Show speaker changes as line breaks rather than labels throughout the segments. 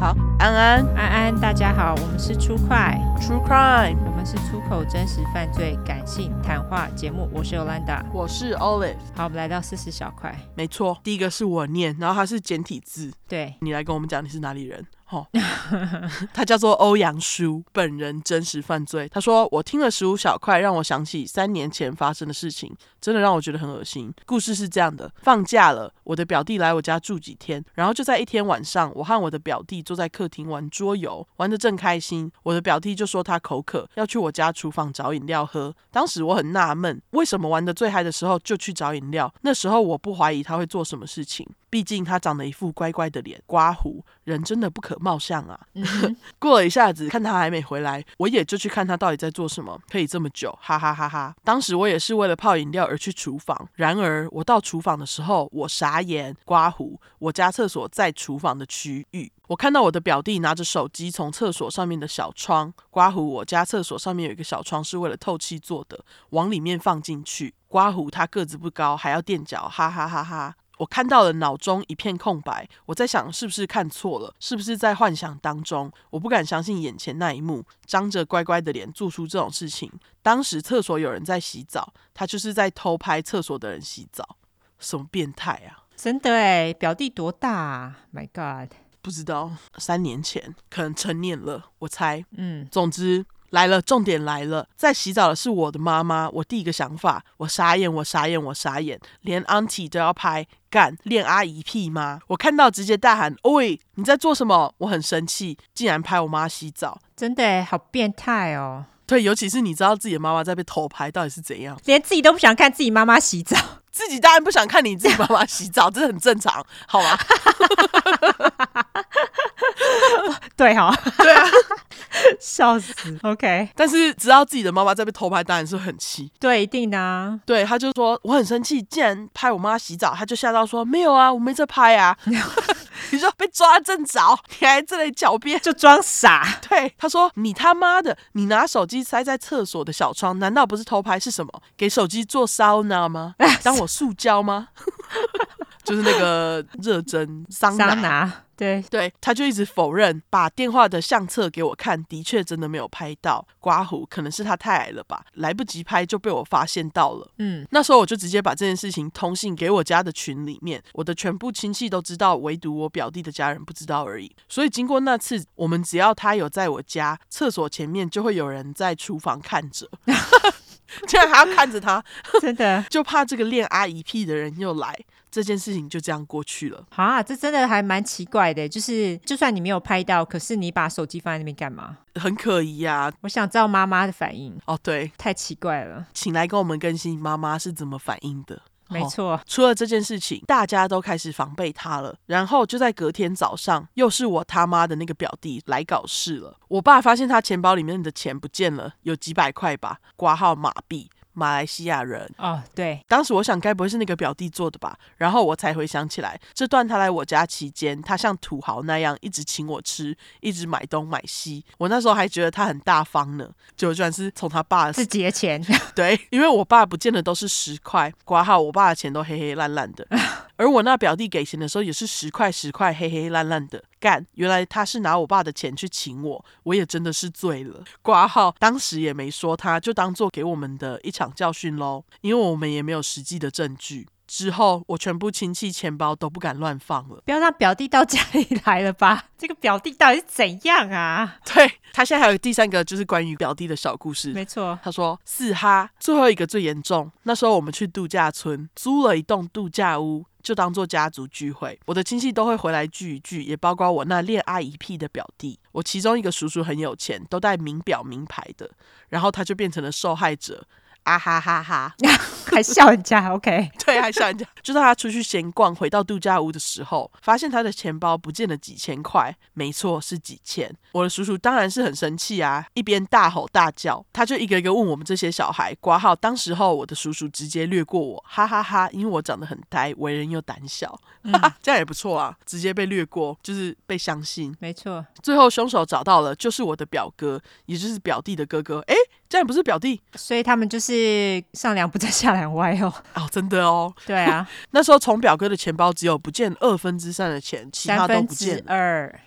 安
安安，大家好，我们是出快，
，True Crime，
我们是出口真实犯罪感性谈话节目，我是 Yolanda。
我是 Olive，
好，我们来到四十小块，
没错，第一个是我念，然后它是简体字，
对，
你来跟我们讲你是哪里人。 哦，他叫做欧阳书，本人真实犯罪。他说：“我听了十五小块，让我想起三年前发生的事情，真的让我觉得很恶心。故事是这样的：放假了，我的表弟来我家住几天，然后就在一天晚上，我和我的表弟坐在客厅玩桌游，玩得正开心。我的表弟就说他口渴，要去我家厨房找饮料喝。当时我很纳闷，为什么玩得最嗨的时候就去找饮料？那时候我不怀疑他会做什么事情，毕竟他长得一副乖乖的脸，刮胡，人真的不可貌相啊。过了一下子，看他还没回来，我也就去看他到底在做什么，可以这么久，哈哈哈哈！当时我也是为了泡饮料而去厨房，然而我到厨房的时候，我傻眼，刮胡，我家厕所在厨房的区域。我看到我的表弟拿着手机从厕所上面的小窗刮胡，我家厕所上面有一个小窗是为了透气做的，往里面放进去。刮胡他个子不高，还要垫脚，哈哈哈哈！我看到了，脑中一片空白。我在想，是不是看错了？是不是在幻想当中？我不敢相信眼前那一幕，张着乖乖的脸做出这种事情。当时厕所有人在洗澡，他就是在偷拍厕所的人洗澡，什么变态啊！
真的哎，表弟多大、啊、？My God，
不知道，三年前可能成年了，我猜。
嗯，
总之来了，重点来了，在洗澡的是我的妈妈。我第一个想法，我傻眼，我傻眼，我傻眼，连 auntie 都要拍，干练阿姨屁吗？我看到直接大喊：“喂，你在做什么？”我很生气，竟然拍我妈洗澡。
真的哎，好变态哦，
对，尤其是你知道自己的妈妈在被偷拍，到底是怎样？
连自己都不想看自己妈妈洗澡，
自己当然不想看你自己妈妈洗澡，这很正常，好吗？
对哈、
对啊，
笑死。OK，
但是知道自己的妈妈在被偷拍，当然是很气。
对，一定的、啊。
对，他就说我很生气，竟然拍我妈洗澡，他就吓到说没有啊，我没在拍啊。 你说被抓正着，你还这里狡辩？
就装傻，
对，他说你他妈的，你拿手机塞在厕所的小窗，难道不是偷拍是什么？给手机做桑拿吗？当我塑胶吗？ 就是那个热针桑拿。
桑拿，对，
对，他就一直否认，把电话的相册给我看，的确真的没有拍到。刮胡可能是他太矮了吧，来不及拍就被我发现到了。
嗯，
那时候我就直接把这件事情通信给我家的群里面，我的全部亲戚都知道，唯独我表弟的家人不知道而已。所以经过那次，我们只要他有在我家厕所前面，就会有人在厨房看着， 竟然还要看着他，
真的。
就怕这个练阿姨屁的人又来，这件事情就这样过去了。
啊，这真的还蛮奇怪的，欸就是就算你没有拍到，可是你把手机放在那边干嘛？
很可疑呀、
我想知道妈妈的反应，
哦，对，
太奇怪了。
请来跟我们更新妈妈是怎么反应的。
没
哦
错，
除了这件事情，大家都开始防备他了。然后就在隔天早上，又是我他妈的那个表弟来搞事了。我爸发现他钱包里面的钱不见了，有几百块吧，挂号马币，马来西亚人。
哦，对，
当时我想，该不会是那个表弟做的吧？然后我才回想起来，这段他来我家期间，他像土豪那样一直请我吃，一直买东买西。我那时候还觉得他很大方呢，结果居然是从他爸的
自己的钱，
对，因为我爸不见得都是十块，挂号我爸的钱都黑黑烂烂的，而我那表弟给钱的时候也是十块十块黑黑烂烂的。干，原来他是拿我爸的钱去请我，我也真的是醉了。挂号当时也没说他，就当做给我们的一场教训喽，因为我们也没有实际的证据。之后我全部亲戚钱包都不敢乱放 了。
不要让表弟到家里来了吧？这个表弟到底是怎样啊？
对他现在还有第三个，就是关于表弟的小故事。
没错，
他说四哈，最后一个最严重。那时候我们去度假村租了一栋度假屋，就当做家族聚会。我的亲戚都会回来聚一聚，也包括我那恋阿姨屁的表弟。我其中一个叔叔很有钱，都戴名表名牌的，然后他就变成了受害者。啊哈哈哈！
还笑人家，OK，
对，还笑人家。就在他出去闲逛，回到度假屋的时候，发现他的钱包不见了几千块。没错，是几千。我的叔叔当然是很生气啊，一边大吼大叫，他就一个一个问我们这些小孩挂号。当时候我的叔叔直接略过我，哈哈哈因为我长得很呆，为人又胆小，哈哈，这样也不错啊，直接被略过，就是被相信。
没错，
最后凶手找到了，就是我的表哥，也就是表弟的哥哥。诶，这样不是表弟
所以他们就是上梁不正下梁歪哦。
哦，真的哦。
对啊，
那时候从表哥的钱包只有不见二分之三的钱，其他
三
都
分
不见
之
了。
二，呃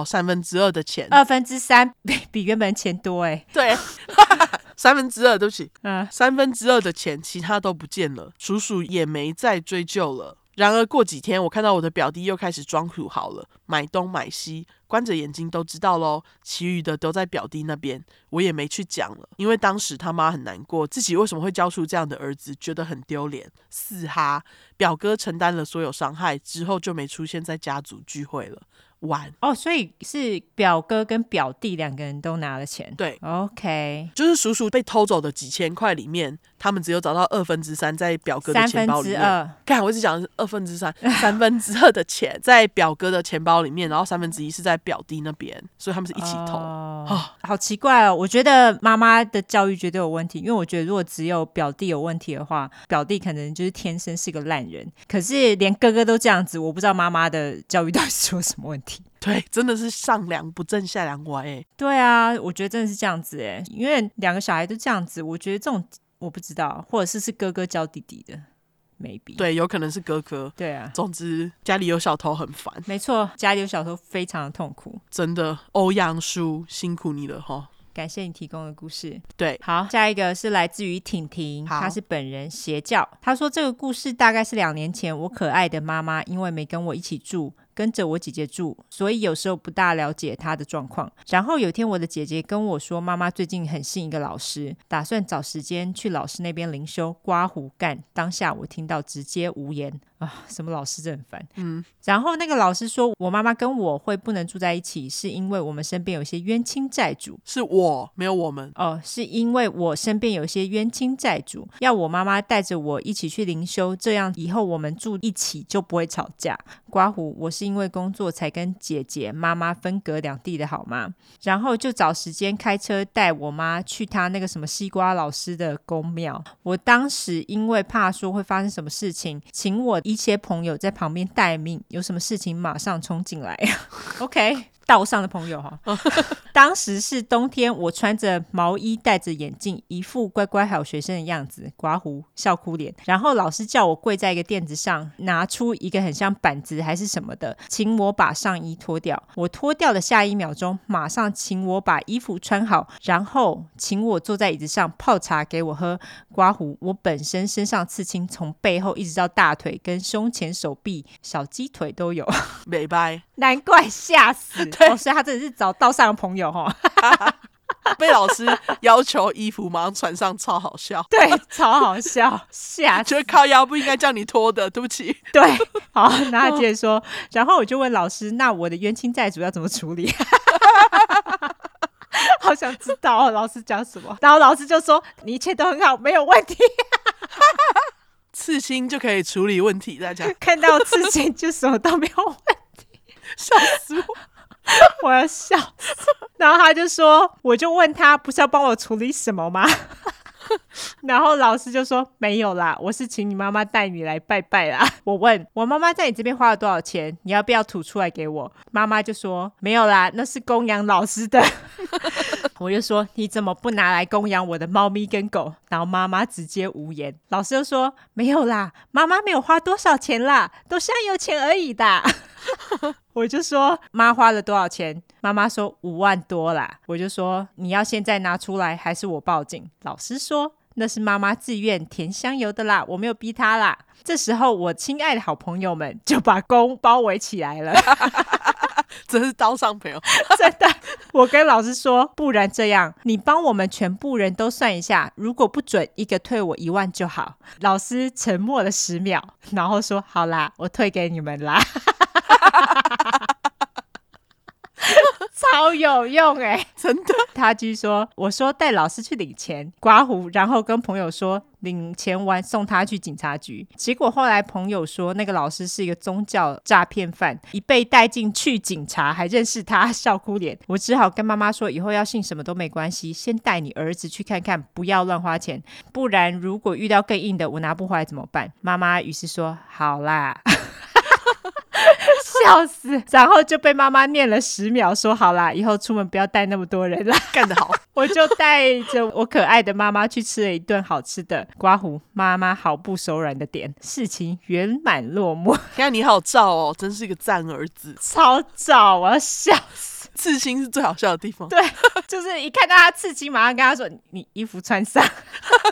哦三分之二的钱，
二分之三比 比原本钱多哎、
对， 三分之二，对不起，
嗯，
三分之二的钱，其他都不见了，叔叔也没再追究了。然而过几天，我看到我的表弟又开始装土豪了，买东买西，关着眼睛都知道喽。其余的都在表弟那边，我也没去讲了，因为当时他妈很难过，自己为什么会教出这样的儿子，觉得很丢脸。四哈，表哥承担了所有伤害之后，就没出现在家族聚会了。晚，
哦，所以是表哥跟表弟两个人都拿了钱。
对，
OK，
就是叔叔被偷走的几千块里面，他们只有找到二分之三在表哥的
三
钱
分
包里
之
面。
二，
看，我一直讲的是二分之三， 三分之二的钱在表哥的钱包里面，然后三分之一是在表弟那边，所以他们是一起投。
哦
啊，
好奇怪哦！我觉得妈妈的教育绝对有问题，因为我觉得如果只有表弟有问题的话，表弟可能就是天生是个烂人。可是连哥哥都这样子，我不知道妈妈的教育到底是有什么问 题。
对，真的是上梁不正下梁歪、欸。
对啊，我觉得真的是这样子哎，因为两个小孩都这样子，我觉得这种我不知道，或者是是哥哥教弟弟的，maybe。
对，有可能是哥哥。
对啊，
总之，家里有小偷很烦，
没错，家里有小偷非常的痛苦。
真的。欧阳叔，辛苦你了哈。
感谢你提供的故事。
对，
好，下一个是来自于婷婷，
好
她是本人邪教。她说这个故事大概是两年前，我可爱的妈妈因为没跟我一起住。跟着我姐姐住，所以有时候不大了解她的状况。然后有天，我的姐姐跟我说，妈妈最近很信一个老师，打算找时间去老师那边灵修、刮胡干。当下我听到直接无言啊，什么老师真的很烦。然后那个老师说，我妈妈跟我会不能住在一起，是因为我们身边有一些冤亲债主。
是我没有我们。
哦，是因为我身边有一些冤亲债主，要我妈妈带着我一起去灵修，这样以后我们住一起就不会吵架。刮胡，我是因为工作才跟姐姐、妈妈分隔两地的好吗？然后就找时间开车带我妈去她那个什么西瓜老师的公庙。我当时因为怕说会发生什么事情，请我一些朋友在旁边待命，有什么事情马上冲进来。OK，道上的朋友哈。当时是冬天，我穿着毛衣，戴着眼镜，一副乖乖好学生的样子，刮胡笑哭脸。然后老师叫我跪在一个垫子上，拿出一个很像板子还是什么的，请我把上衣脱掉。我脱掉的下一秒钟，马上请我把衣服穿好，然后请我坐在椅子上泡茶给我喝。刮胡，我本身身上刺青，从背后一直到大腿跟胸前、手臂、小鸡腿都有。
美拜，
难怪吓死！
对
哦，所以他真的是找道上的朋友哈，
被老师要求衣服马上穿上，超好笑。
对，超好笑，吓死！
觉得靠腰不应该叫你脱的，对不起。
对，好，那他接着说，然后我就问老师，那我的冤亲债主要怎么处理？ 好想知道、哦、老师讲什么，然后老师就说你一切都很好，没有问题。
刺青就可以处理问题，大家
看到事情就什么都没有问题
笑死我。
我要笑死。然后他就说，我就问他，不是要帮我处理什么吗？ 然后老师就说没有啦，我是请你妈妈带你来拜拜啦。 我问我妈妈在你这边花了多少钱，你要不要吐出来给我？妈妈就说没有啦，那是供养老师的。 我就说你怎么不拿来供养我的猫咪跟狗？然后妈妈直接无言。老师就说没有啦，妈妈没有花多少钱啦，都香油钱而已的。我就说妈花了多少钱？妈妈说五万多啦。我就说你要现在拿出来，还是我报警？老师说那是妈妈自愿填香油的啦，我没有逼她啦。这时候，我亲爱的好朋友们就把公包围起来了。
真是刀上朋友，
真的，我跟老师说，不然这样，你帮我们全部人都算一下，如果不准，一个退我一万就好。老师沉默了十秒，然后说：“好啦，我退给你们啦。”超有用哎、
真的
他继续说：“我说带老师去领钱，刮胡，然后跟朋友说领钱完送他去警察局。结果后来朋友说，那个老师是一个宗教诈骗犯，一被带进去警察还认识他，笑哭脸。我只好跟妈妈说，以后要信什么都没关系，先带你儿子去看看，不要乱花钱，不然如果遇到更硬的，我拿不回来怎么办？”妈妈于是说：“好啦。”笑死，然后就被妈妈念了十秒，说好啦，以后出门不要带那么多人啦。
干得好，
我就带着我可爱的妈妈去吃了一顿好吃的刮胡。妈妈毫不手软的点，事情圆满落幕，
天啊，你好照哦，真是个赞儿子。
超早，我要笑死。
刺青是最好笑的地方，
对， 就是一看到他刺青，马上跟他说：“你衣服穿上。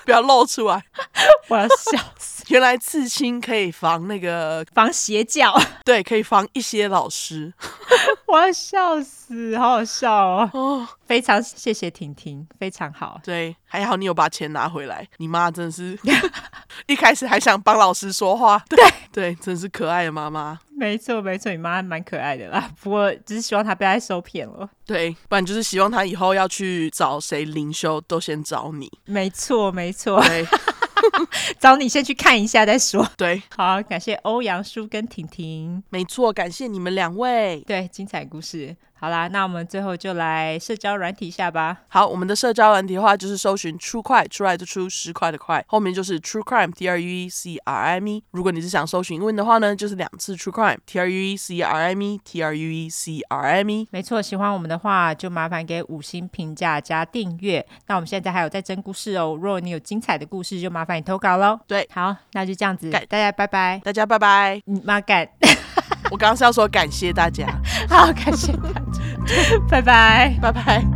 不要露出来。”
我要笑死，
原来刺青可以防那个，
防邪教，
对，可以防一些老师
我要笑死，好好笑哦！
哦。
非常谢谢婷婷，非常好。
对，还好你有把钱拿回来。你妈真的是，一开始还想帮老师说话，对对，真是可爱的啊妈妈。
没错，没错，你妈蛮可爱的啦，不过只是希望她不要再受骗了。
对，不然就是希望她以后要去找谁灵修，都先找你。
没错，没错，
对
找你先去看一下再说。
对，
好，感谢欧阳叔跟婷婷，
没错，感谢你们两位。
对，精彩故事。好啦，那我们最后就来社交软体一下吧。
好，我们的社交软体的话就是搜寻出快，出来就出十块的快，后面就是 True Crime T R U E C R I M E。如果你是想搜寻英文的话呢，就是两次 True Crime T R U E C R I M E T R U E C R I M E。
没错，喜欢我们的话，就麻烦给五星评价加订阅。那我们现在还有在征故事哦，如果你有精彩的故事，就麻烦你投稿喽。
对
好，那就这样子，
改
大家拜拜。嗯
大家拜拜。
你妈 干，
我刚刚是要说感谢大家，
好，感谢大家，拜拜。
拜拜。